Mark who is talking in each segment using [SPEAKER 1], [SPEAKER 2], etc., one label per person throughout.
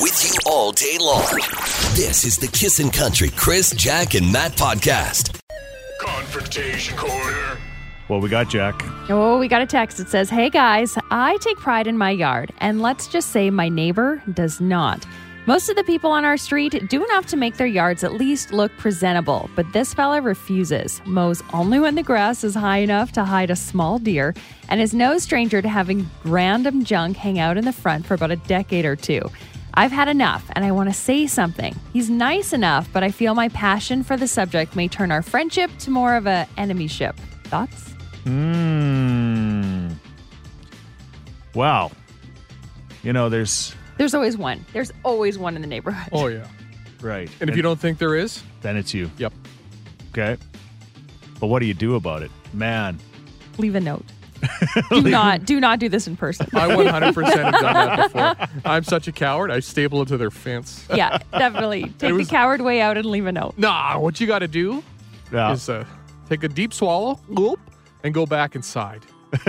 [SPEAKER 1] with you all day long. This is the Kissin' Country Chris, Jack, and Matt podcast.
[SPEAKER 2] Confrontation Corner.
[SPEAKER 3] Well, we got Jack.
[SPEAKER 4] Oh, we got a text. It says, Hey guys, I take pride in my yard, and let's just say my neighbor does not. Most of the people on our street do enough to make their yards at least look presentable, but this fella refuses. Mows only when the grass is high enough to hide a small deer, and is no stranger to having random junk hang out in the front for about a decade or two. I've had enough and I want to say something. He's nice enough, but I feel my passion for the subject may turn our friendship to more of a enemyship. Thoughts?
[SPEAKER 3] Hmm. Wow. You know, there's
[SPEAKER 4] There's always one. There's always one in the neighborhood.
[SPEAKER 5] Oh yeah.
[SPEAKER 3] right.
[SPEAKER 5] And if you don't think there is,
[SPEAKER 3] then it's you.
[SPEAKER 5] yep.
[SPEAKER 3] Okay. But what do you do about it, man?
[SPEAKER 4] Leave a note. do not do not do this in person.
[SPEAKER 5] I 100 percent have done that before. I'm such a coward. I staple it to their fence.
[SPEAKER 4] yeah, definitely. Take
[SPEAKER 5] was-
[SPEAKER 4] the coward way out and leave a note.
[SPEAKER 5] Nah, Ah, what you got to do
[SPEAKER 3] Yeah.
[SPEAKER 5] is uh, take a deep swallow, gulp, and go back inside.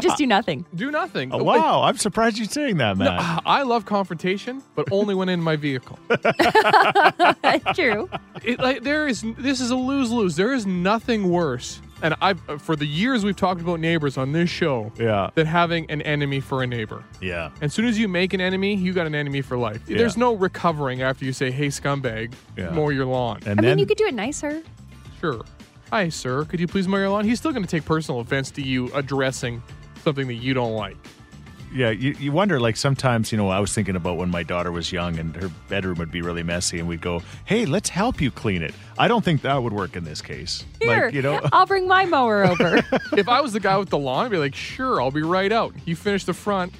[SPEAKER 4] Just do nothing.
[SPEAKER 5] Do nothing. ah,
[SPEAKER 3] Oh, wow, I'm surprised you're saying that, man.
[SPEAKER 5] I love confrontation, but only when in my vehicle.
[SPEAKER 4] True.
[SPEAKER 5] It, like, there is this is a lose lose. There is nothing worse. And I've uh, for the years we've talked about neighbors on this show,
[SPEAKER 3] Yeah.
[SPEAKER 5] than having an enemy for a neighbor.
[SPEAKER 3] Yeah.
[SPEAKER 5] As soon as you make an enemy, you got an enemy for life.
[SPEAKER 3] Yeah.
[SPEAKER 5] There's no recovering after you say, "Hey, scumbag,
[SPEAKER 3] Yeah.
[SPEAKER 5] mow your lawn."
[SPEAKER 3] And
[SPEAKER 4] I
[SPEAKER 3] then
[SPEAKER 4] mean, you could do it nicer.
[SPEAKER 5] sure. Hi, sir. Could you please mow your lawn? He's still going to take personal offense to you addressing something that you don't like.
[SPEAKER 3] yeah, you, you wonder like sometimes, you know, I was thinking about when my daughter was young and her bedroom would be really messy and we'd go, "Hey, let's help you clean it." I don't think that would work in this case.
[SPEAKER 4] Here,
[SPEAKER 3] Like, you know,
[SPEAKER 4] I'll bring my mower over.
[SPEAKER 5] if I was the guy with the lawn, I'd be like, "Sure, I'll be right out." You finish the front,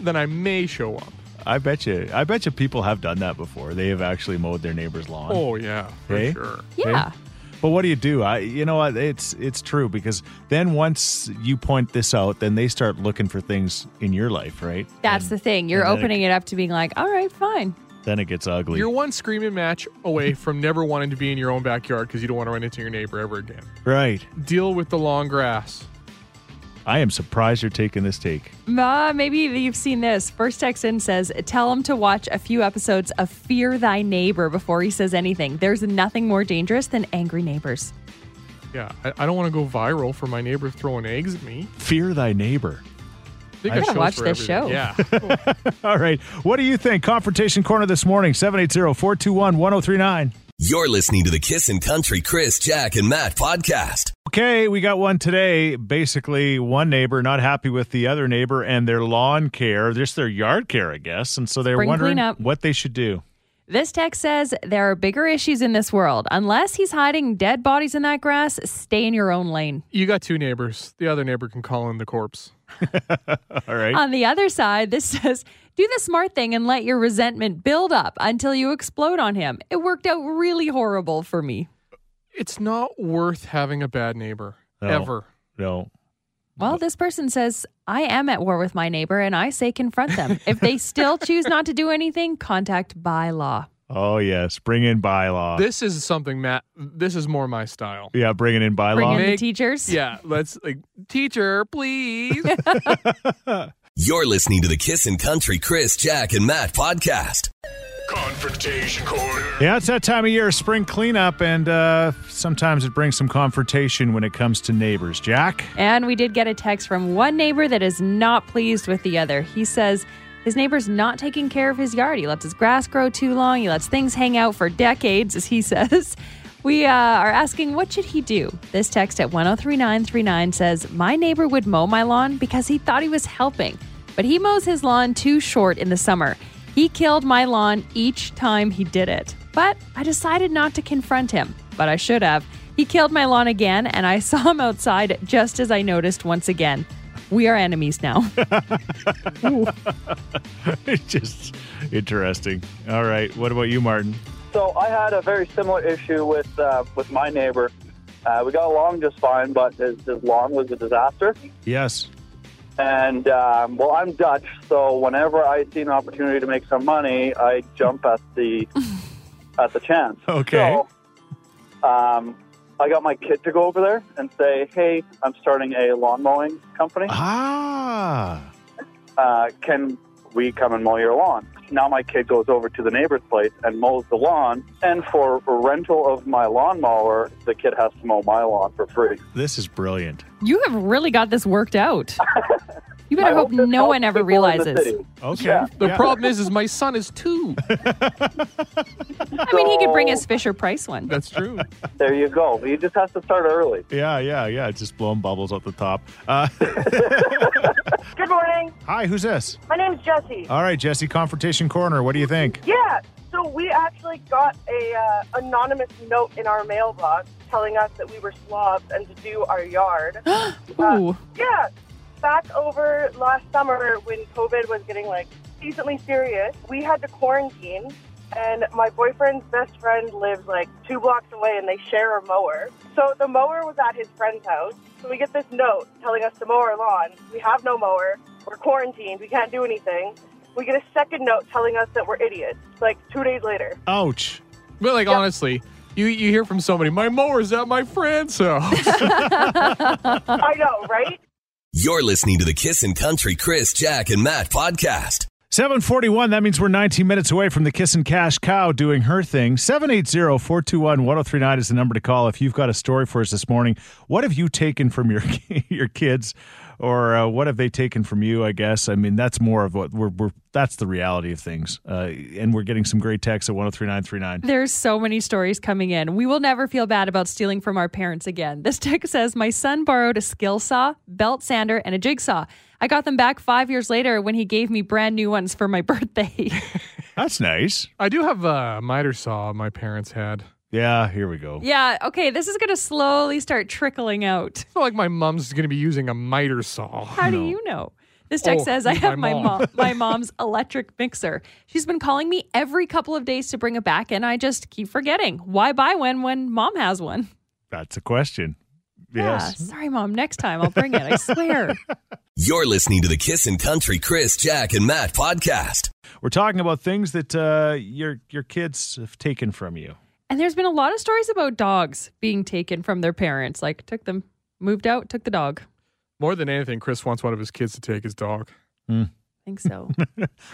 [SPEAKER 5] then I may show up.
[SPEAKER 3] I bet you I bet you people have done that before. They have actually mowed their neighbor's lawn.
[SPEAKER 5] Oh yeah, for
[SPEAKER 3] Hey?
[SPEAKER 5] sure.
[SPEAKER 4] yeah.
[SPEAKER 3] Okay? Eh? But what do you do? I, you know what? It's it's true because then once you point this out, then they start looking for things in your life, right?
[SPEAKER 4] That's the thing. You're
[SPEAKER 3] and then it-
[SPEAKER 4] opening it up to being like, all right, fine.
[SPEAKER 3] Then it gets ugly.
[SPEAKER 5] You're one screaming match away from never wanting to be in your own backyard because you don't want to run into your neighbor ever again.
[SPEAKER 3] right.
[SPEAKER 5] Deal with the long grass.
[SPEAKER 3] I am surprised you're taking this take.
[SPEAKER 4] Ma, maybe you've seen this. First text in says, Tell him to watch a few episodes of Fear Thy Neighbor before he says anything. There's nothing more dangerous than angry neighbors.
[SPEAKER 5] Yeah, I, I don't want to go viral for my neighbor throwing eggs at me.
[SPEAKER 3] Fear thy neighbor.
[SPEAKER 5] They
[SPEAKER 3] I
[SPEAKER 5] got
[SPEAKER 3] gotta
[SPEAKER 5] shows
[SPEAKER 4] watch
[SPEAKER 5] for
[SPEAKER 4] this
[SPEAKER 5] everything.
[SPEAKER 4] show.
[SPEAKER 5] Yeah.
[SPEAKER 3] All right. What do you think? Confrontation Corner this morning, 780-421-1039.
[SPEAKER 1] You're listening to the Kissin' Country Chris, Jack, and Matt podcast.
[SPEAKER 3] Okay, we got one today. Basically, one neighbor not happy with the other neighbor and their lawn care, just their yard care, I guess. And so they're
[SPEAKER 4] Spring
[SPEAKER 3] wondering
[SPEAKER 4] cleanup.
[SPEAKER 3] what they should do.
[SPEAKER 4] This text says there are bigger issues in this world. Unless he's hiding dead bodies in that grass, stay in your own lane.
[SPEAKER 5] you got two neighbors. The other neighbor can call in the corpse.
[SPEAKER 3] All right.
[SPEAKER 4] On the other side, this says do the smart thing and let your resentment build up until you explode on him. It worked out really horrible for me.
[SPEAKER 5] It's not worth having a bad neighbor
[SPEAKER 3] No.
[SPEAKER 5] ever.
[SPEAKER 3] no.
[SPEAKER 4] Well, this person says, I am at war with my neighbor and I say confront them. If they still choose not to do anything, contact by law.
[SPEAKER 3] Oh yes, bring in bylaw.
[SPEAKER 5] This is something, Matt. This is more my style.
[SPEAKER 3] yeah, bringing in bylaw.
[SPEAKER 4] Bring in the
[SPEAKER 5] Make-
[SPEAKER 4] teachers.
[SPEAKER 5] Yeah, let's like teacher, please.
[SPEAKER 1] You're listening to the Kissin' Country Chris, Jack, and Matt podcast.
[SPEAKER 2] Confrontation Corner.
[SPEAKER 3] yeah, it's that time of year, spring cleanup, and uh, sometimes it brings some confrontation when it comes to neighbors. Jack,
[SPEAKER 4] And we did get a text from one neighbor that is not pleased with the other. He says his neighbor's not taking care of his yard. He lets his grass grow too long. He lets things hang out for decades, as he says. We uh, are asking, what should he do? This text at 103939 says, My neighbor would mow my lawn because he thought he was helping, but he mows his lawn too short in the summer. He killed my lawn each time he did it. But I decided not to confront him, but I should have. He killed my lawn again, and I saw him outside just as I noticed once again. We are enemies now.
[SPEAKER 3] it's just interesting. All right, what about you, Martin?
[SPEAKER 6] So I had a very similar issue with uh, with my neighbor. Uh, we got along just fine, but his, his lawn was a disaster.
[SPEAKER 3] Yes.
[SPEAKER 6] And um, well, I'm Dutch, so whenever I see an opportunity to make some money, I jump at the at the chance.
[SPEAKER 3] Okay.
[SPEAKER 6] So, um, I got my kid to go over there and say, "Hey, I'm starting a lawn mowing company.
[SPEAKER 3] Ah.
[SPEAKER 6] Uh, can we come and mow your lawn. Now my kid goes over to the neighbor's place and mows the lawn, and for rental of my lawnmower, the kid has to mow my lawn for free.
[SPEAKER 3] This is brilliant.
[SPEAKER 4] You have really got this worked out. You better
[SPEAKER 6] I
[SPEAKER 4] hope,
[SPEAKER 6] hope this
[SPEAKER 4] no
[SPEAKER 6] helps
[SPEAKER 4] one ever
[SPEAKER 6] people in the
[SPEAKER 4] realizes.
[SPEAKER 6] city.
[SPEAKER 3] Okay.
[SPEAKER 6] Yeah.
[SPEAKER 5] The
[SPEAKER 3] Yeah.
[SPEAKER 5] problem is, is my son is two.
[SPEAKER 4] I mean, he could bring
[SPEAKER 6] So-
[SPEAKER 4] his Fisher Price one.
[SPEAKER 5] That's true.
[SPEAKER 6] There you go. You just have to start early.
[SPEAKER 3] Yeah, yeah, yeah. Just blowing bubbles at the top. Uh,
[SPEAKER 7] Good morning.
[SPEAKER 3] hi, who's this?
[SPEAKER 7] My name's Jesse.
[SPEAKER 3] All right, Jesse, Confrontation Corner. What do you think?
[SPEAKER 7] yeah. So we actually got a uh, anonymous note in our mailbox telling us that we were slobs and to do our yard.
[SPEAKER 4] Ooh,
[SPEAKER 7] yeah. Back over last summer when COVID was getting like decently serious, we had to quarantine. And my boyfriend's best friend lives like two blocks away and they share a mower. So the mower was at his friend's house. So we get this note telling us to mow our lawn. We have no mower. We're quarantined. We can't do anything. We get a second note telling us that we're idiots like two days later.
[SPEAKER 3] Ouch.
[SPEAKER 5] But like honestly, you you hear from somebody, my mower's at my friend's house.
[SPEAKER 7] I know, right?
[SPEAKER 1] You're listening to the Kissin' Country Chris, Jack, and Matt podcast.
[SPEAKER 3] 741, that means we're 19 minutes away from the Kiss and Cash Cow doing her thing. 780-421-1039 is the number to call if you've got a story for us this morning. What have you taken from your your kids or uh, what have they taken from you, I guess? I mean, that's more of what we're, we're that's the reality of things. Uh, and we're getting some great texts at 103939.
[SPEAKER 4] there's so many stories coming in. We will never feel bad about stealing from our parents again. This text says My son borrowed a skill saw, belt sander, and a jigsaw. I got them back five years later when he gave me brand new ones for my birthday.
[SPEAKER 3] That's nice.
[SPEAKER 5] I do have a miter saw my parents had.
[SPEAKER 3] Yeah, here we go.
[SPEAKER 4] yeah, okay, this is going to slowly start trickling out.
[SPEAKER 5] It's not like my mom's gonna be using a miter saw.
[SPEAKER 4] How do you know? This text
[SPEAKER 5] Oh,
[SPEAKER 4] says I
[SPEAKER 5] my
[SPEAKER 4] have my mom.
[SPEAKER 5] mom."
[SPEAKER 4] my mom's electric mixer. She's been calling me every couple of days to bring it back, and I just keep forgetting. Why buy one when mom has one?
[SPEAKER 3] That's a question. Yes.
[SPEAKER 4] Yeah, sorry, mom. Next time I'll bring it. I swear.
[SPEAKER 1] You're listening to the Kissin' Country Chris, Jack, and Matt podcast.
[SPEAKER 3] We're talking about things that uh, your your kids have taken from you.
[SPEAKER 4] and there's been a lot of stories about dogs being taken from their parents. Like took them, moved out, took the dog.
[SPEAKER 5] More than anything, Chris wants one of his kids to take his dog.
[SPEAKER 4] I think so.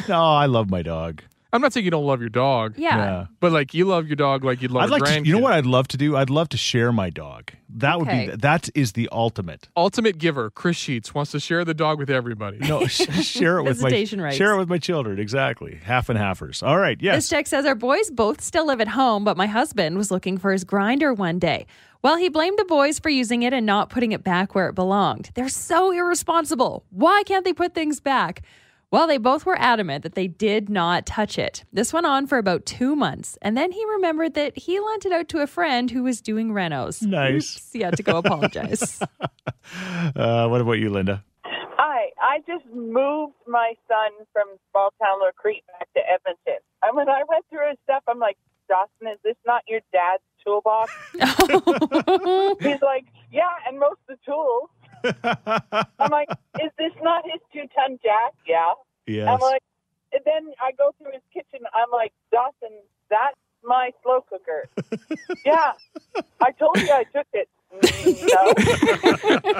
[SPEAKER 3] No, I love my dog.
[SPEAKER 5] I'm not saying you don't love your dog.
[SPEAKER 4] Yeah.
[SPEAKER 3] Yeah.
[SPEAKER 5] But like you love your dog like you'd love
[SPEAKER 3] I'd
[SPEAKER 5] a
[SPEAKER 3] like to,
[SPEAKER 5] grandkid.
[SPEAKER 3] you know what I'd love to do? I'd love to share my dog. That
[SPEAKER 4] Okay.
[SPEAKER 3] would be that is the ultimate.
[SPEAKER 5] Ultimate giver, Chris Sheets, wants to share the dog with everybody.
[SPEAKER 3] No, Oh, sh- share it with my
[SPEAKER 4] Visitation rights.
[SPEAKER 3] share it with my children. Exactly, half and halfers. All right,
[SPEAKER 4] This
[SPEAKER 3] yes,
[SPEAKER 4] text says our boys both still live at home, but my husband was looking for his grinder one day. Well, he blamed the boys for using it and not putting it back where it belonged. They're so irresponsible. Why can't they put things back? Well, they both were adamant that they did not touch it. This went on for about two months, and then he remembered that he lent it out to a friend who was doing renos.
[SPEAKER 3] Nice.
[SPEAKER 4] Oops, he had to go apologize.
[SPEAKER 3] uh, what about you, Linda?
[SPEAKER 7] Hi, I just moved my son from small town La Creek back to Edmonton. And when I went through his stuff, I'm like, Dawson, is this not your dad's toolbox? He's like, yeah, and most of the tools. I'm like, is this not his two ton jack? Yeah.
[SPEAKER 3] Yes,
[SPEAKER 7] I'm like, and then I go through his kitchen. I'm like, Dawson, that's my slow cooker. yeah, I told you I took it. Mm,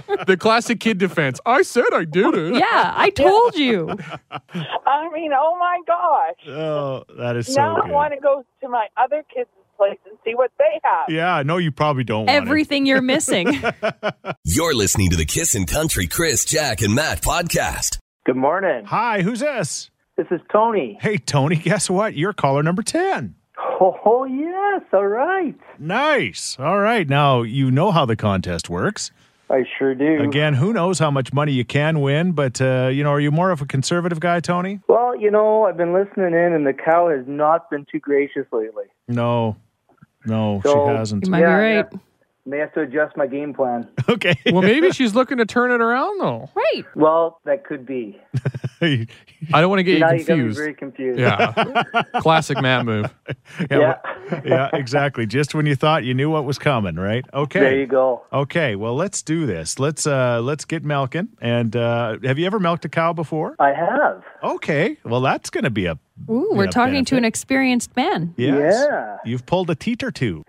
[SPEAKER 7] No.
[SPEAKER 5] the classic kid defense. I said I did it.
[SPEAKER 4] yeah, I told you.
[SPEAKER 7] I mean, oh my gosh.
[SPEAKER 3] oh, that is so.
[SPEAKER 7] now I
[SPEAKER 3] good.
[SPEAKER 7] want to go to my other kids' place and see what they have.
[SPEAKER 3] yeah, no, you probably don't. want it.
[SPEAKER 4] Everything you're missing.
[SPEAKER 1] You're listening to the Kissin' Country Chris, Jack, and Matt podcast.
[SPEAKER 8] Good morning.
[SPEAKER 3] Hi, who's this?
[SPEAKER 8] This is Tony.
[SPEAKER 3] Hey, Tony. Guess what? You're caller number ten.
[SPEAKER 8] Oh, oh, yes. All right.
[SPEAKER 3] Nice. All right, now you know how the contest works.
[SPEAKER 8] I sure do.
[SPEAKER 3] Again, who knows how much money you can win? But uh, you know, are you more of a conservative guy, Tony?
[SPEAKER 8] Well, you know, I've been listening in, and the cow has not been too gracious lately.
[SPEAKER 3] No, no,
[SPEAKER 8] So-
[SPEAKER 3] she hasn't.
[SPEAKER 4] You might
[SPEAKER 8] Yeah,
[SPEAKER 4] be right.
[SPEAKER 8] yeah. May have to adjust my game plan.
[SPEAKER 3] Okay.
[SPEAKER 5] Well, maybe she's looking to turn it around though.
[SPEAKER 4] Right.
[SPEAKER 8] Well, that could be.
[SPEAKER 3] yeah,
[SPEAKER 5] I don't want to get
[SPEAKER 8] now
[SPEAKER 5] you
[SPEAKER 8] you got me
[SPEAKER 5] confused.
[SPEAKER 8] very confused.
[SPEAKER 5] Yeah. Classic Matt move.
[SPEAKER 8] Yeah.
[SPEAKER 3] yeah, exactly. Just when you thought you knew what was coming, right? Okay.
[SPEAKER 8] There you go.
[SPEAKER 3] Okay, well, let's do this. Let's uh let's get milking. And uh have you ever milked a cow before?
[SPEAKER 8] I have.
[SPEAKER 3] Okay. Well, that's going to be a
[SPEAKER 4] Ooh, we're
[SPEAKER 3] Yeah,
[SPEAKER 4] talking to
[SPEAKER 3] benefit.
[SPEAKER 4] an experienced man.
[SPEAKER 3] yes.
[SPEAKER 8] Yeah.
[SPEAKER 3] You've pulled a teat or two.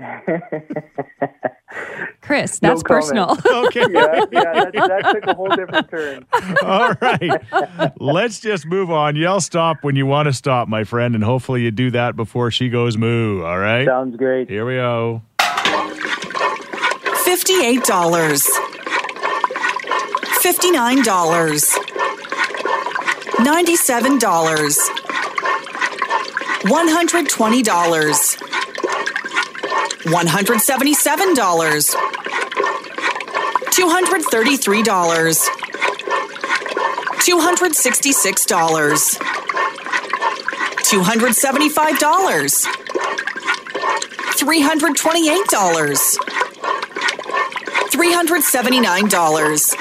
[SPEAKER 4] Chris, that's
[SPEAKER 8] comment.
[SPEAKER 4] personal.
[SPEAKER 3] Okay.
[SPEAKER 8] yeah, yeah, that, that took a whole different turn.
[SPEAKER 3] All right. Let's just move on. Yell stop when you want to stop, my friend, and hopefully you do that before she goes moo. All right.
[SPEAKER 8] Sounds great.
[SPEAKER 3] Here we go.
[SPEAKER 9] $58. $59. $97. $120. $177. $233. $266. $275. $328. $379. $384. $391. $392.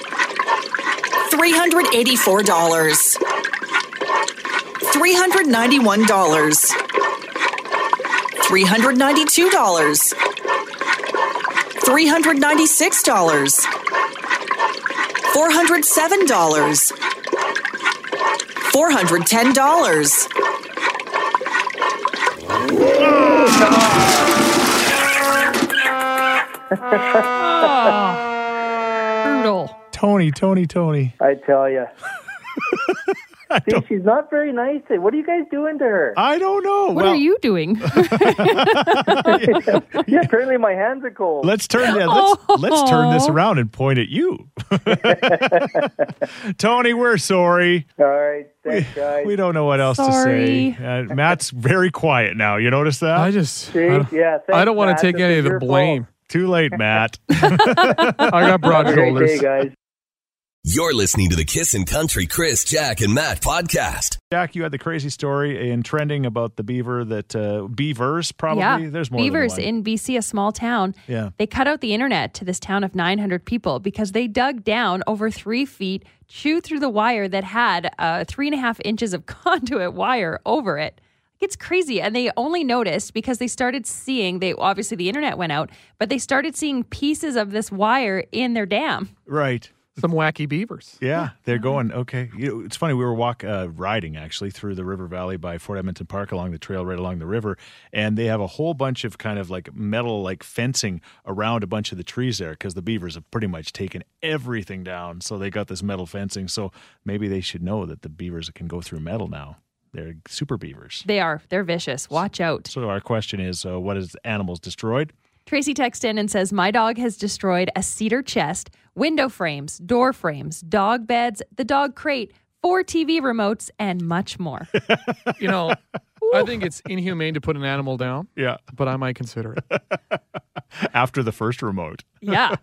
[SPEAKER 9] $396. $407. $410.
[SPEAKER 4] oh, brutal.
[SPEAKER 3] Tony, Tony, Tony.
[SPEAKER 8] I tell you. See, she's not very nice. What are you guys doing to her?
[SPEAKER 3] I don't know.
[SPEAKER 4] What
[SPEAKER 3] well,
[SPEAKER 4] are you doing?
[SPEAKER 8] yeah, apparently my hands are cold.
[SPEAKER 3] Let's turn that. Let's let's turn
[SPEAKER 4] Oh.
[SPEAKER 3] this around and point at you, Tony. We're sorry.
[SPEAKER 8] All right, thanks, guys.
[SPEAKER 3] We don't know what else
[SPEAKER 4] Sorry.
[SPEAKER 3] to say. Uh, Matt's very quiet now. You notice that?
[SPEAKER 5] I just.
[SPEAKER 8] See?
[SPEAKER 5] I don't,
[SPEAKER 8] yeah, thanks,
[SPEAKER 5] I don't want
[SPEAKER 8] Matt.
[SPEAKER 5] to take
[SPEAKER 8] This
[SPEAKER 5] any
[SPEAKER 8] is
[SPEAKER 5] of the
[SPEAKER 8] your fault.
[SPEAKER 5] blame.
[SPEAKER 3] Too late, Matt.
[SPEAKER 5] I got broad
[SPEAKER 8] Have a great day,
[SPEAKER 5] shoulders.
[SPEAKER 8] guys.
[SPEAKER 1] You're listening to the Kissin' Country Chris, Jack, and Matt podcast.
[SPEAKER 3] Jack, you had the crazy story in trending about the beaver that uh, beavers probably.
[SPEAKER 4] yeah,
[SPEAKER 3] There's more. than
[SPEAKER 4] beavers
[SPEAKER 3] one.
[SPEAKER 4] in BC, a small town.
[SPEAKER 3] Yeah.
[SPEAKER 4] They cut out the internet to this town of 900 people because they dug down over three feet, chewed through the wire that had uh, three and a half inches of conduit wire over it. It's crazy. And they only noticed because they started seeing, they obviously the internet went out, but they started seeing pieces of this wire in their dam.
[SPEAKER 3] right.
[SPEAKER 5] Some wacky beavers.
[SPEAKER 3] Yeah, they're going okay. You know, it's funny. We were walk uh, riding actually through the river valley by Fort Edmonton Park along the trail right along the river, and they have a whole bunch of kind of like metal like fencing around a bunch of the trees there because the beavers have pretty much taken everything down. So they got this metal fencing. So maybe they should know that the beavers can go through metal now. They're super beavers.
[SPEAKER 4] They are, they're vicious. Watch out.
[SPEAKER 3] So our question is, uh, what is animals destroyed?
[SPEAKER 4] Tracy texts in and says, My dog has destroyed a cedar chest, window frames, door frames, dog beds, the dog crate, four TV remotes, and much more.
[SPEAKER 5] You know, I think it's inhumane to put an animal down,
[SPEAKER 3] Yeah,
[SPEAKER 5] but I might consider it.
[SPEAKER 3] after the first remote.
[SPEAKER 4] yeah.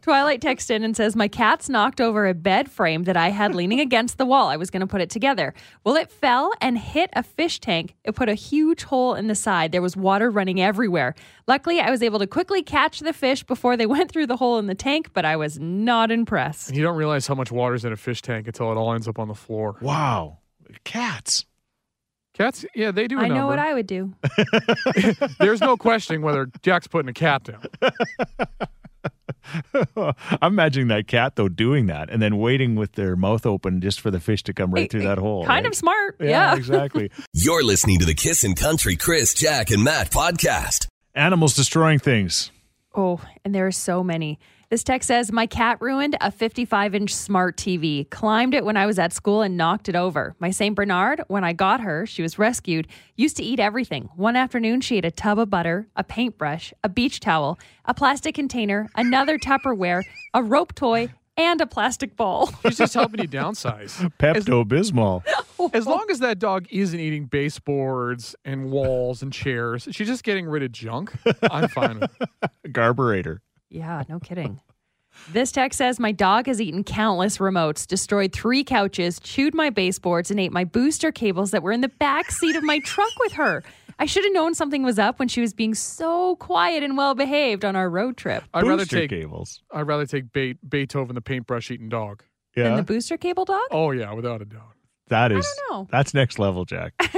[SPEAKER 4] Twilight texts in and says, My cat's knocked over a bed frame that I had leaning against the wall. I was going to put it together. Well, it fell and hit a fish tank. It put a huge hole in the side. There was water running everywhere. Luckily, I was able to quickly catch the fish before they went through the hole in the tank, but I was not impressed.
[SPEAKER 5] And you don't realize how much water's in a fish tank until it all ends up on the floor.
[SPEAKER 3] Wow, cats.
[SPEAKER 5] Cats, yeah, they do. I
[SPEAKER 4] I know what I would do.
[SPEAKER 5] There's no questioning whether Jack's putting a cat down.
[SPEAKER 3] I'm imagining that cat though doing that and then waiting with their mouth open just for the fish to come right
[SPEAKER 4] It-
[SPEAKER 3] through
[SPEAKER 4] it-
[SPEAKER 3] that hole.
[SPEAKER 4] Kind
[SPEAKER 3] right?
[SPEAKER 4] of smart. Yeah.
[SPEAKER 3] exactly.
[SPEAKER 1] You're listening to the Kissin' Country Chris, Jack, and Matt podcast.
[SPEAKER 3] Animals destroying things.
[SPEAKER 4] Oh, and there are so many. This text says, My cat ruined a 55 inch smart TV, climbed it when I was at school and knocked it over. My St. Bernard, when I got her, she was rescued, used to eat everything. One afternoon, she ate a tub of butter, a paintbrush, a beach towel, a plastic container, another Tupperware, a rope toy, and a plastic ball.
[SPEAKER 5] He's just helping you downsize.
[SPEAKER 3] Pepto Bismol.
[SPEAKER 5] As long as that dog isn't eating baseboards and walls and chairs, she's just getting rid of junk. I'm fine with it.
[SPEAKER 3] Garburator.
[SPEAKER 4] Yeah, no kidding. This text says my dog has eaten countless remotes, destroyed three couches, chewed my baseboards, and ate my booster cables that were in the back seat of my truck with her. I should have known something was up when she was being so quiet and well behaved on our road trip.
[SPEAKER 5] I'd rather
[SPEAKER 3] Booster
[SPEAKER 5] take
[SPEAKER 3] cables.
[SPEAKER 5] I'd rather take Be- Beethoven the paintbrush eating dog.
[SPEAKER 4] And
[SPEAKER 3] Yeah.
[SPEAKER 4] the booster cable dog?
[SPEAKER 5] Oh yeah, without a doubt.
[SPEAKER 3] that is
[SPEAKER 4] don't know.
[SPEAKER 3] that's next level, Jack.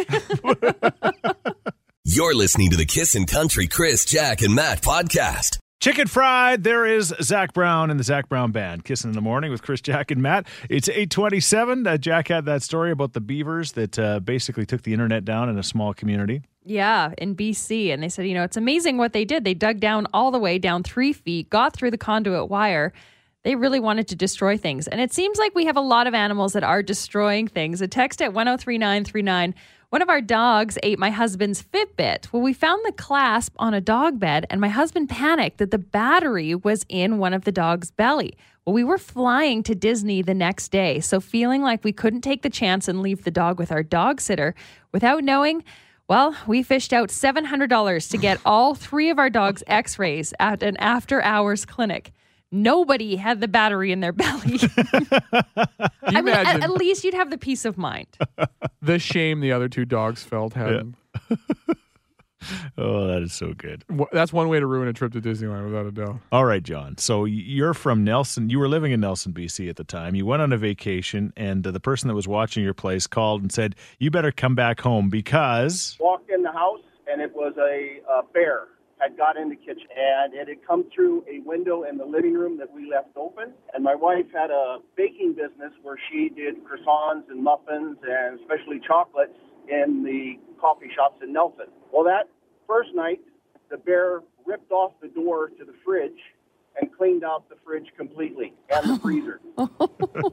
[SPEAKER 1] You're listening to the Kissin' Country Chris, Jack, and Matt podcast.
[SPEAKER 3] Chicken fried. There is Zach Brown and the Zach Brown Band. Kissing in the morning with Chris, Jack, and Matt. It's eight twenty-seven. Uh, Jack had that story about the beavers that uh, basically took the internet down in a small community.
[SPEAKER 4] Yeah, in BC. And they said, you know, it's amazing what they did. They dug down all the way down three feet, got through the conduit wire. They really wanted to destroy things. And it seems like we have a lot of animals that are destroying things. A text at 103939 One of our dogs ate my husband's Fitbit. Well, we found the clasp on a dog bed, and my husband panicked that the battery was in one of the dog's belly. Well, we were flying to Disney the next day. So, feeling like we couldn't take the chance and leave the dog with our dog sitter without knowing, well, we fished out $700 to get all three of our dogs x rays at an after hours clinic. Nobody had the battery in their belly. I mean, at,
[SPEAKER 5] Imagine
[SPEAKER 4] at least you'd have the peace of mind.
[SPEAKER 5] the shame the other two dogs felt. Having.
[SPEAKER 3] Oh, that is so good.
[SPEAKER 5] Wha- That's one way to ruin a trip to Disneyland, without a doubt.
[SPEAKER 3] All right, John. So y- you're from Nelson. You were living in Nelson, BC at the time. You went on a vacation, and uh, the person that was watching your place called and said, "You better come back home because."
[SPEAKER 10] walked in the house and it was a, a bear had got in the kitchen and it had come through a window in the living room that we left open and my wife had a baking business where she did croissants and muffins and especially chocolates in the coffee shops in Nelson. Well that first night the bear ripped off the door to the fridge and cleaned out the fridge completely and the freezer.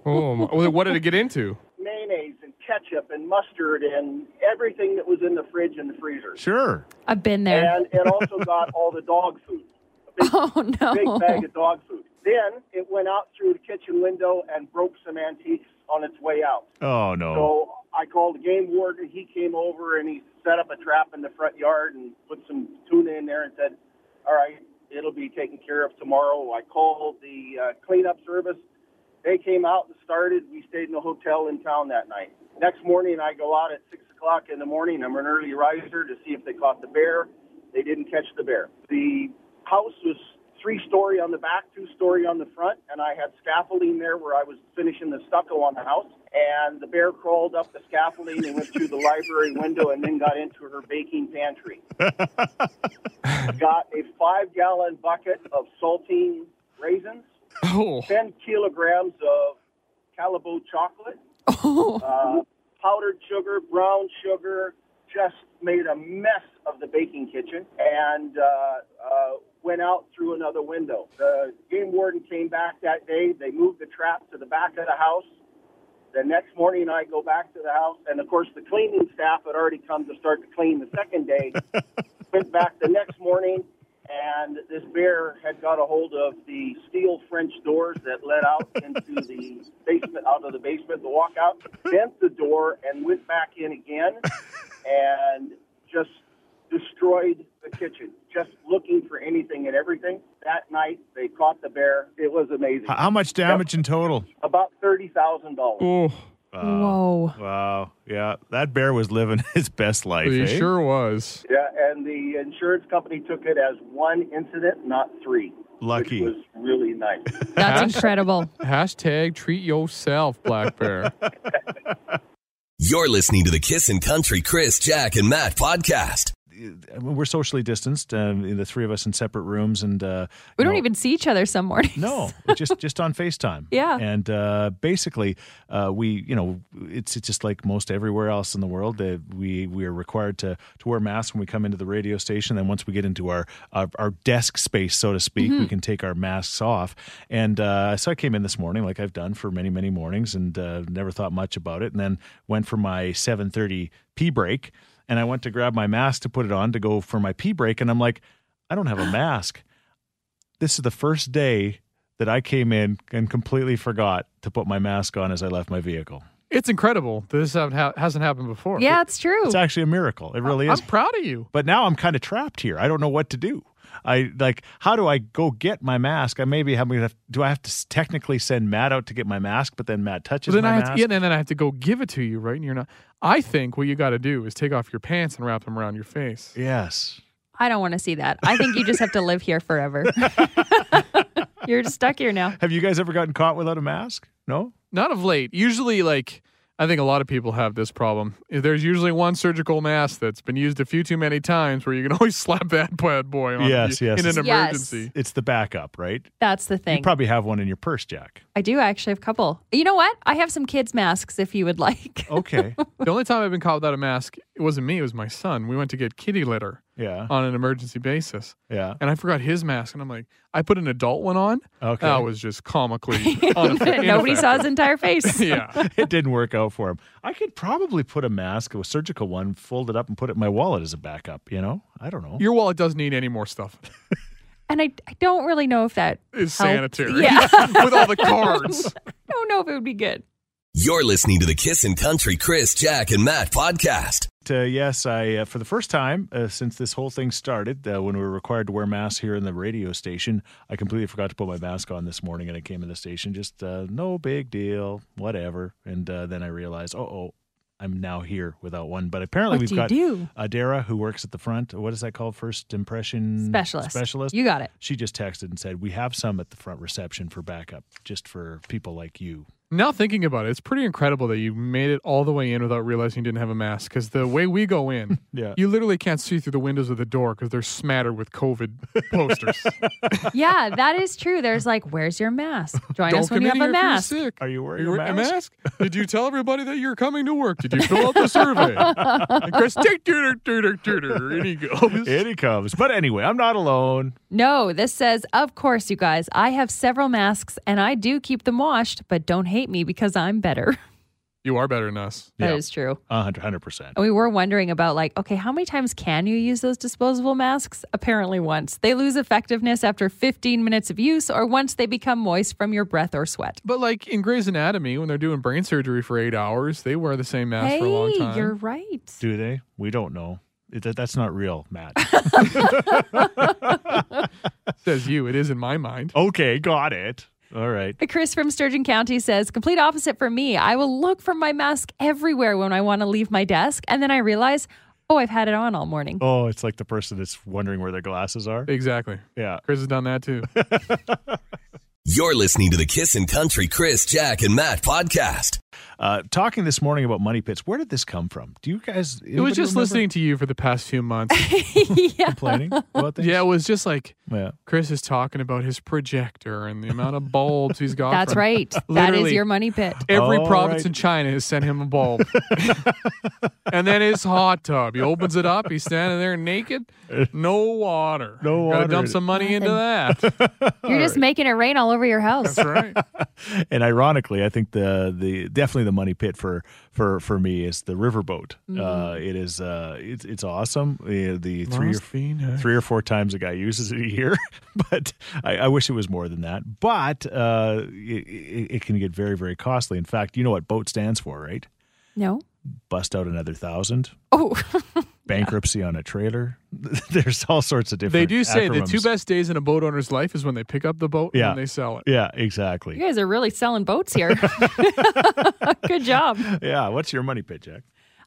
[SPEAKER 5] Oh, my- well, what did it get into?
[SPEAKER 10] Mayonnaise and ketchup and mustard and everything that was in the fridge and the freezer.
[SPEAKER 3] Sure.
[SPEAKER 4] I've been there.
[SPEAKER 10] And it also got all the dog food. A big,
[SPEAKER 4] Oh,
[SPEAKER 10] big bag
[SPEAKER 4] no.
[SPEAKER 10] of dog food. Then it went out through the kitchen window and broke some antiques on its way out.
[SPEAKER 3] Oh no.
[SPEAKER 10] So I called the game warden. He came over and he set up a trap in the front yard and put some tuna in there and said, "All right, it'll be taken care of tomorrow." I called the uh, cleanup service. They came out and started. We stayed in a hotel in town that night. Next morning, I go out at six o'clock in the morning. I'm an early riser to see if they caught the bear. They didn't catch the bear. The house was three story on the back, two story on the front, and I had scaffolding there where I was finishing the stucco on the house. And the bear crawled up the scaffolding and went through the library window and then got into her baking pantry. got a five gallon bucket of saltine raisins,
[SPEAKER 5] Oh,
[SPEAKER 10] 10 kilograms of Calabo chocolate, uh, powdered sugar, brown sugar, just made a mess of the baking kitchen and uh, uh, went out through another window. The game warden came back that day. They moved the trap to the back of the house. The next morning, I go back to the house, and of course, the cleaning staff had already come to start to clean the second day. Went back the next morning, and this bear had got a hold of the steel French doors that led out into the basement, out of the basement, the walkout, bent the door, and went back in again, and just destroyed the kitchen, just looking for anything and everything. That night, they caught the bear. It was amazing.
[SPEAKER 3] H- How much damage in total?
[SPEAKER 10] About $30,000.
[SPEAKER 5] oh,
[SPEAKER 4] Whoa.
[SPEAKER 3] Wow. Yeah, that bear was living his best life.
[SPEAKER 5] he
[SPEAKER 3] eh?
[SPEAKER 5] sure was.
[SPEAKER 10] Yeah, and the insurance company took it as one incident, not three.
[SPEAKER 3] Lucky.
[SPEAKER 10] Which was really nice.
[SPEAKER 4] That's
[SPEAKER 5] Ash-
[SPEAKER 4] incredible.
[SPEAKER 5] Hashtag treat yourself, black bear.
[SPEAKER 1] You're listening to the Kissin' Country Chris, Jack, and Matt podcast.
[SPEAKER 3] I mean, we're socially distanced, um, the three of us in separate rooms, and uh,
[SPEAKER 4] We
[SPEAKER 3] you
[SPEAKER 4] don't
[SPEAKER 3] know-
[SPEAKER 4] even see each other some mornings.
[SPEAKER 3] No, just just on FaceTime.
[SPEAKER 4] Yeah.
[SPEAKER 3] and uh, basically, uh, we you know it's it's just like most everywhere else in the world that we we are required to to wear masks when we come into the radio station. Then once we get into our our, our desk space, so to speak,
[SPEAKER 4] Mm-hmm.
[SPEAKER 3] we can take our masks off. And uh, so I came in this morning, like I've done for many many mornings, and uh, never thought much about it. And then went for my seven thirty p break, and I went to grab my mask to put it on to go for my pee break, and I'm like, I don't have a mask this is the first day that I came in and completely forgot to put my mask on as I left my vehicle.
[SPEAKER 5] It's incredible. that This haven't ha- hasn't happened before.
[SPEAKER 4] Yeah, it's true.
[SPEAKER 3] It's actually a miracle. It really
[SPEAKER 5] I'm
[SPEAKER 3] is.
[SPEAKER 5] proud of you.
[SPEAKER 3] But now I'm kind of trapped here. I don't know what to do. I like how do I go get my mask? I maybe have do I have to s- technically send Matt out to get my mask, but then Matt touches
[SPEAKER 5] But then
[SPEAKER 3] my
[SPEAKER 5] I have
[SPEAKER 3] mask.
[SPEAKER 5] to, yeah, and then I have to go give it to you, right? And you're not. I think what you got to do is take off your pants and wrap them around your face.
[SPEAKER 3] yes.
[SPEAKER 4] I don't want to see that. I think you just have to live here forever. You're just stuck here now.
[SPEAKER 3] Have you guys ever gotten caught without a mask? No.
[SPEAKER 5] Not of late. Usually, like I think a lot of people have this problem. There's usually one surgical mask that's been used a few too many times where you can always slap that bad boy on
[SPEAKER 3] Yes,
[SPEAKER 5] you
[SPEAKER 3] yes.
[SPEAKER 5] in an
[SPEAKER 4] Yes.
[SPEAKER 5] emergency.
[SPEAKER 3] It's the backup, right?
[SPEAKER 4] That's the
[SPEAKER 3] You
[SPEAKER 4] thing.
[SPEAKER 3] probably have one in your purse, Jack.
[SPEAKER 4] I do actually have a couple. You know what? I have some kids' masks if you would like.
[SPEAKER 3] Okay.
[SPEAKER 5] The only time I've been caught without a mask, it wasn't me, it was my son. We went to get kitty litter
[SPEAKER 3] yeah.
[SPEAKER 5] on an emergency basis.
[SPEAKER 3] Yeah.
[SPEAKER 5] And I forgot his mask, and I'm like, I put an adult one on.
[SPEAKER 3] Okay.
[SPEAKER 5] That was just comically unaff-
[SPEAKER 4] Nobody saw his entire face.
[SPEAKER 5] yeah.
[SPEAKER 3] it didn't work out for him. I could probably put a mask, a surgical one, fold it up and put it in my wallet as a backup, you know? I don't know.
[SPEAKER 5] Your wallet doesn't need any more stuff.
[SPEAKER 4] And I, I don't really know if that
[SPEAKER 5] It's
[SPEAKER 4] helped.
[SPEAKER 5] sanitary.
[SPEAKER 4] Yeah.
[SPEAKER 5] With all the cards.
[SPEAKER 4] I don't know if it would be good.
[SPEAKER 1] You're listening to the Kissin' Country Chris, Jack, and Matt podcast.
[SPEAKER 3] Uh, yes, I uh, for the first time uh, since this whole thing started, uh, when we were required to wear masks here in the radio station, I completely forgot to put my mask on this morning, and I came in the station just uh, no big deal, whatever. And uh, then I realized, oh, oh, I'm now here without one. But apparently
[SPEAKER 4] What
[SPEAKER 3] we've
[SPEAKER 4] do you
[SPEAKER 3] got
[SPEAKER 4] do?
[SPEAKER 3] Adara who works at the front. What is that called? First impression
[SPEAKER 4] Specialist.
[SPEAKER 3] Specialist.
[SPEAKER 4] You got it.
[SPEAKER 3] she just texted and said we have some at the front reception for backup, just for people like you.
[SPEAKER 5] Now thinking about it, it's pretty incredible that you made it all the way in without realizing you didn't have a mask. Because the way we go in,
[SPEAKER 3] Yeah.
[SPEAKER 5] you literally can't see through the windows of the door because they're smattered with COVID posters.
[SPEAKER 4] Yeah, that is true. There's like, where's your mask? Join
[SPEAKER 5] Don't
[SPEAKER 4] us when you
[SPEAKER 5] come in
[SPEAKER 4] have
[SPEAKER 5] here
[SPEAKER 4] a mask.
[SPEAKER 5] if you're sick.
[SPEAKER 3] Are you wearing
[SPEAKER 5] You
[SPEAKER 3] your
[SPEAKER 5] wearing a
[SPEAKER 3] mask?
[SPEAKER 5] mask? Did you tell everybody that you're coming to work? Did you fill out the survey? And Chris, tick, tutor, tutor, tutor. And he goes.
[SPEAKER 3] In he comes. But anyway, I'm not alone.
[SPEAKER 4] No, this says, of course, you guys. I have several masks and I do keep them washed, but don't hate me because I'm better.
[SPEAKER 5] You are better than us.
[SPEAKER 4] That is
[SPEAKER 3] Yeah.
[SPEAKER 4] true.
[SPEAKER 3] A hundred hundred percent.
[SPEAKER 4] And we were wondering about, like, okay, how many times can you use those disposable masks? Apparently, once. They lose effectiveness after 15 minutes of use or once they become moist from your breath or sweat.
[SPEAKER 5] But like in Grey's Anatomy, when they're doing brain surgery for eight hours, they wear the same mask
[SPEAKER 4] hey,
[SPEAKER 5] for a long time.
[SPEAKER 4] you're right.
[SPEAKER 3] Do they? We don't know. It- that- that's not real, Matt.
[SPEAKER 5] Says you. It is in my mind.
[SPEAKER 3] okay, got it. All right.
[SPEAKER 4] Chris from Sturgeon County says, complete opposite for me. I will look for my mask everywhere when I want to leave my desk. And then I realize, oh, I've had it on all morning.
[SPEAKER 3] Oh, it's like the person that's wondering where their glasses are.
[SPEAKER 5] Exactly.
[SPEAKER 3] Yeah.
[SPEAKER 5] Chris has done that too.
[SPEAKER 1] You're listening to the Kissin' Country Chris, Jack, and Matt podcast.
[SPEAKER 3] Uh, talking this morning about money pits. Where did this come from? Do you guys?
[SPEAKER 5] It was just listening to you for the past few months.
[SPEAKER 4] yeah.
[SPEAKER 3] Complaining about this?
[SPEAKER 5] yeah, it was just like
[SPEAKER 3] Yeah.
[SPEAKER 5] Chris is talking about his projector and the amount of bulbs he's got.
[SPEAKER 4] That's
[SPEAKER 5] from-
[SPEAKER 4] right. that is
[SPEAKER 5] Literally.
[SPEAKER 4] your money pit.
[SPEAKER 5] Every
[SPEAKER 3] All
[SPEAKER 5] province
[SPEAKER 3] right.
[SPEAKER 5] in China has sent him a bulb. and then his hot tub. He opens it up. He's standing there naked. No water.
[SPEAKER 3] No
[SPEAKER 5] Gotta
[SPEAKER 3] water in
[SPEAKER 5] dump
[SPEAKER 3] it.
[SPEAKER 5] some money into that.
[SPEAKER 4] You're just making it rain all over your house.
[SPEAKER 5] That's right.
[SPEAKER 3] And ironically, I think the the definitely the money pit for for for me is the riverboat.
[SPEAKER 5] Mm-hmm.
[SPEAKER 3] Uh, it is uh, it's it's awesome. The, the three or
[SPEAKER 5] Must be
[SPEAKER 4] Uh-huh.
[SPEAKER 5] nice.
[SPEAKER 3] three or four times a guy uses it a year, but I, I wish it was more than that. But uh, it, it it can get very, very costly. In fact, you know what boat stands for, right?
[SPEAKER 4] No.
[SPEAKER 3] Bust out another thousand,
[SPEAKER 4] Oh,
[SPEAKER 3] bankruptcy on a trailer. There's all sorts of different.
[SPEAKER 5] They do say the
[SPEAKER 3] acronyms.
[SPEAKER 5] two best days in a boat owner's life is when they pick up the boat
[SPEAKER 3] Yeah.
[SPEAKER 5] and when they sell it.
[SPEAKER 3] Yeah,
[SPEAKER 4] you
[SPEAKER 3] exactly.
[SPEAKER 4] guys are really selling boats here. Good job.
[SPEAKER 3] Yeah, what's your money pit, Jack?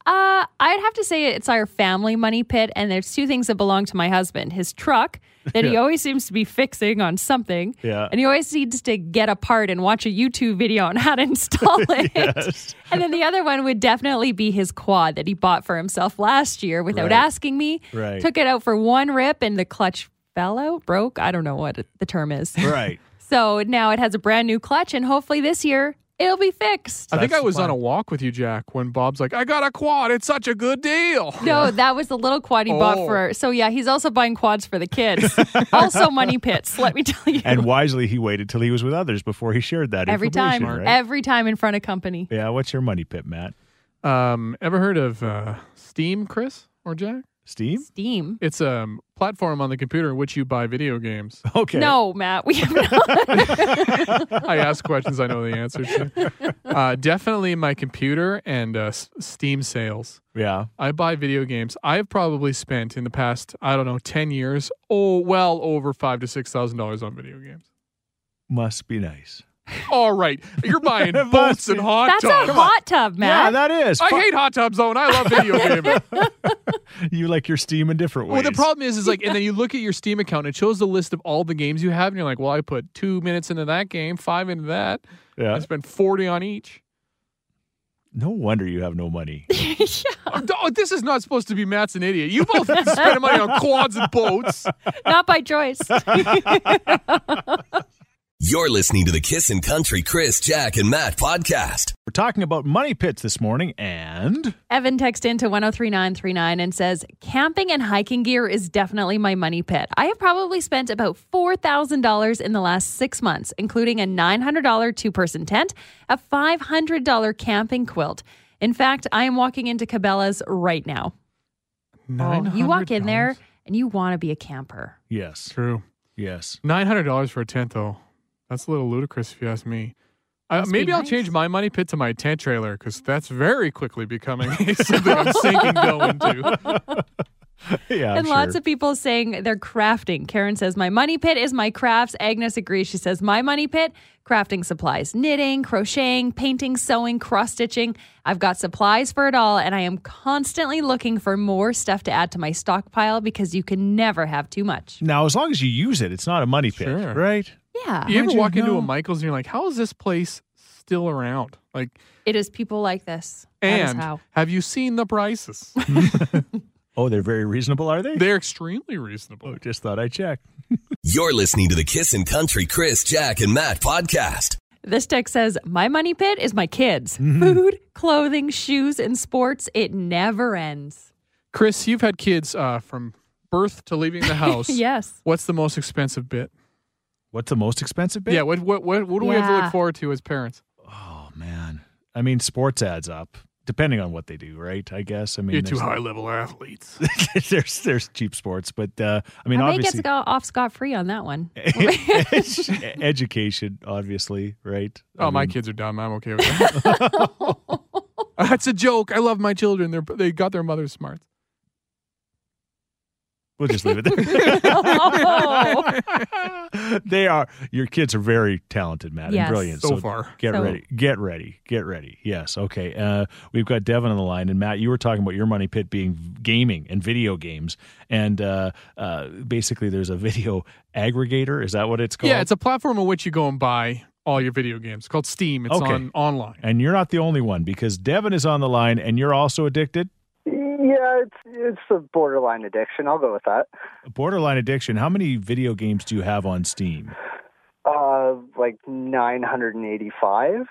[SPEAKER 4] Uh, I'd have to say it's our family money pit, and there's two things that belong to my husband: his truck that he
[SPEAKER 3] Yeah.
[SPEAKER 4] always seems to be fixing on something,
[SPEAKER 3] Yeah.
[SPEAKER 4] and he always needs to get a part and watch a YouTube video on how to install it. And then the other one would definitely be his quad that he bought for himself last year without
[SPEAKER 3] Right.
[SPEAKER 4] asking me.
[SPEAKER 3] Right.
[SPEAKER 4] Took it out for one rip, and the clutch fell out, broke. I don't know what it- the term is.
[SPEAKER 3] Right.
[SPEAKER 4] so now it has a brand new clutch, and hopefully this year it'll be fixed.
[SPEAKER 5] I think
[SPEAKER 3] That's
[SPEAKER 5] I was
[SPEAKER 3] fine.
[SPEAKER 5] on a walk with you, Jack, when Bob's like, I got a quad. It's such a good deal.
[SPEAKER 4] No, that was the little quad he bought
[SPEAKER 5] Oh.
[SPEAKER 4] for. So yeah, he's also buying quads for the kids. also money pits. Let me tell you.
[SPEAKER 3] And wisely, he waited till he was with others before he shared that
[SPEAKER 4] every
[SPEAKER 3] information,
[SPEAKER 4] time,
[SPEAKER 3] right?
[SPEAKER 4] every time in front of company.
[SPEAKER 3] yeah, what's your money pit, Matt?
[SPEAKER 5] Um, ever heard of uh, Steam, Chris or Jack?
[SPEAKER 3] Steam?
[SPEAKER 4] Steam.
[SPEAKER 5] It's a platform on the computer in which you buy video games.
[SPEAKER 3] Okay.
[SPEAKER 4] No, Matt, we have not.
[SPEAKER 5] I ask questions I know the answer to. Uh, definitely my computer and uh, s- Steam sales.
[SPEAKER 3] Yeah.
[SPEAKER 5] I buy video games. I've probably spent in the past, I don't know, ten years. Oh, well over five to six thousand dollars on video games.
[SPEAKER 3] Must be nice.
[SPEAKER 5] All right, you're buying
[SPEAKER 3] Must
[SPEAKER 5] boats and
[SPEAKER 3] be-
[SPEAKER 5] hot
[SPEAKER 4] That's
[SPEAKER 5] tubs.
[SPEAKER 4] a hot tub,
[SPEAKER 3] Yeah,
[SPEAKER 4] Matt.
[SPEAKER 3] that is.
[SPEAKER 5] I hate hot tubs though, and I love video gaming.
[SPEAKER 3] you like your steam in different ways.
[SPEAKER 5] Well, the problem is, is like, and then you look at your Steam account, and it shows the list of all the games you have, and you're like, well, I put two minutes into that game, five into that.
[SPEAKER 3] Yeah.
[SPEAKER 5] I spent forty on each.
[SPEAKER 3] No wonder you have no money.
[SPEAKER 5] Oh, this is not supposed to be Matt's an idiot. You both spend money on quads and boats.
[SPEAKER 4] Not by choice.
[SPEAKER 1] You're listening to the Kissin' Country Chris, Jack, and Matt podcast.
[SPEAKER 3] We're talking about money pits this morning, and
[SPEAKER 4] Evan texted into 103939 and says, Camping and hiking gear is definitely my money pit. I have probably spent about $4,000 in the last six months, including a $900 two person tent, a $500 camping quilt. In fact, I am walking into Cabela's right now. Oh, you walk in there and you want to be a camper.
[SPEAKER 3] yes,
[SPEAKER 5] True.
[SPEAKER 3] yes.
[SPEAKER 5] Nine hundred dollars for a tent, though. That's a little ludicrous, if you ask me. Uh,
[SPEAKER 4] Must be
[SPEAKER 5] maybe I'll
[SPEAKER 4] nice.
[SPEAKER 5] change my money pit to my tent trailer because that's very quickly becoming something I'm sinking dough into.
[SPEAKER 3] Yeah, I'm
[SPEAKER 4] and lots
[SPEAKER 3] sure.
[SPEAKER 4] of people saying they're crafting. Karen says, My money pit is my crafts. Agnes agrees. She says, My money pit, crafting supplies, knitting, crocheting, painting, sewing, cross stitching. I've got supplies for it all, and I am constantly looking for more stuff to add to my stockpile because you can never have too much.
[SPEAKER 3] Now, as long as you use it, it's not a money pit,
[SPEAKER 5] Sure.
[SPEAKER 3] right?
[SPEAKER 4] Yeah.
[SPEAKER 5] You ever
[SPEAKER 3] How'd you
[SPEAKER 5] walk into
[SPEAKER 3] know?
[SPEAKER 5] a Michael's and you're like, "How is this place still around?" Like,
[SPEAKER 4] It is people like this. that is
[SPEAKER 5] and
[SPEAKER 4] how.
[SPEAKER 5] have you seen the prices?
[SPEAKER 3] Oh, they're very reasonable, are they?
[SPEAKER 5] They're extremely reasonable.
[SPEAKER 3] oh, just thought I check.
[SPEAKER 1] You're listening to the Kissin' Country Chris, Jack, and Matt podcast.
[SPEAKER 4] This text says, My money pit is my kids.
[SPEAKER 5] Mm-hmm.
[SPEAKER 4] Food, clothing, shoes, and sports. It never ends.
[SPEAKER 5] Chris, you've had kids uh, from birth to leaving the house.
[SPEAKER 4] Yes.
[SPEAKER 5] What's the most expensive bit?
[SPEAKER 3] What's the most expensive bit?
[SPEAKER 5] Yeah. What what what, what do we have to
[SPEAKER 4] Yeah.
[SPEAKER 5] look forward to as parents?
[SPEAKER 3] Oh man, I mean, sports adds up depending on what they do, right? I guess. I mean,
[SPEAKER 5] You're two
[SPEAKER 3] there's-
[SPEAKER 5] high level athletes.
[SPEAKER 3] there's there's cheap sports, but uh, I mean,
[SPEAKER 4] I think it's
[SPEAKER 3] obviously,
[SPEAKER 4] go- off scot free on that one.
[SPEAKER 3] ed- education, obviously, right?
[SPEAKER 5] Oh, my kids are dumb. I'm okay with that. That's a joke. I love my children. They're they got their mother's smarts.
[SPEAKER 3] We'll just leave it there.
[SPEAKER 4] Oh.
[SPEAKER 3] they are your kids are very talented, Matt,
[SPEAKER 4] Yes.
[SPEAKER 3] and brilliant.
[SPEAKER 5] So far.
[SPEAKER 3] get
[SPEAKER 4] So-
[SPEAKER 3] ready, get ready, get ready. Yes, okay. Uh, we've got Devin on the line, and Matt, you were talking about your money pit being gaming and video games, and uh, uh, basically, there's a video aggregator. Is that what it's called?
[SPEAKER 5] Yeah, it's a platform on which you go and buy all your video games. It's called Steam. It's
[SPEAKER 3] Okay.
[SPEAKER 5] on online.
[SPEAKER 3] and you're not the only one because Devin is on the line, and you're also addicted.
[SPEAKER 8] Yeah, it's it's a borderline addiction. I'll go with that.
[SPEAKER 3] Borderline addiction. How many video games do you have on Steam?
[SPEAKER 8] Uh, like nine hundred and eighty-five.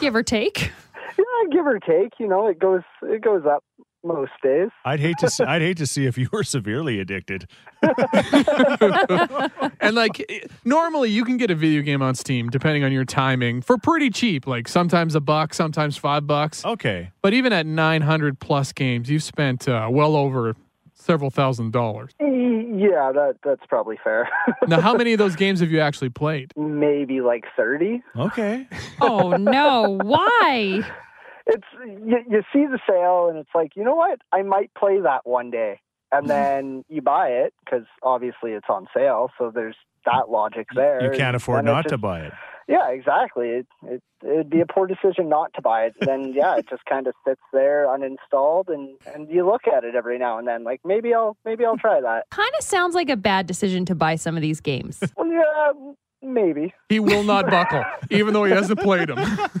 [SPEAKER 4] Give or take.
[SPEAKER 8] Yeah, give or take. You know, it goes it goes up most days.
[SPEAKER 3] I'd hate to. See, I'd hate to see if you were severely addicted.
[SPEAKER 5] And like it- normally you can get a video game on Steam depending on your timing for pretty cheap, like sometimes a buck, sometimes 5 bucks.
[SPEAKER 3] Okay.
[SPEAKER 5] But even at 900 plus games, you've spent uh, well over several thousand dollars.
[SPEAKER 8] E- Yeah, that that's probably fair.
[SPEAKER 5] Now, how many of those games have you actually played?
[SPEAKER 8] Maybe like thirty.
[SPEAKER 3] Okay.
[SPEAKER 4] Oh no! Why?
[SPEAKER 8] It's you, you see the sale and it's like you know what I might play that one day,
[SPEAKER 3] Mm.
[SPEAKER 8] and then you buy it because obviously it's on sale. So there's that logic there.
[SPEAKER 3] You can't afford
[SPEAKER 8] And it
[SPEAKER 3] not to
[SPEAKER 8] just-
[SPEAKER 3] buy it.
[SPEAKER 8] Yeah, exactly. It, it it'd be a poor decision not to buy it. Then yeah, it just kind of sits there uninstalled, and and you look at it every now and then, like maybe I'll maybe I'll try that.
[SPEAKER 4] Kind of sounds like a bad decision to buy some of these games.
[SPEAKER 8] Well, yeah, maybe.
[SPEAKER 5] He will not buckle, even though he hasn't played them.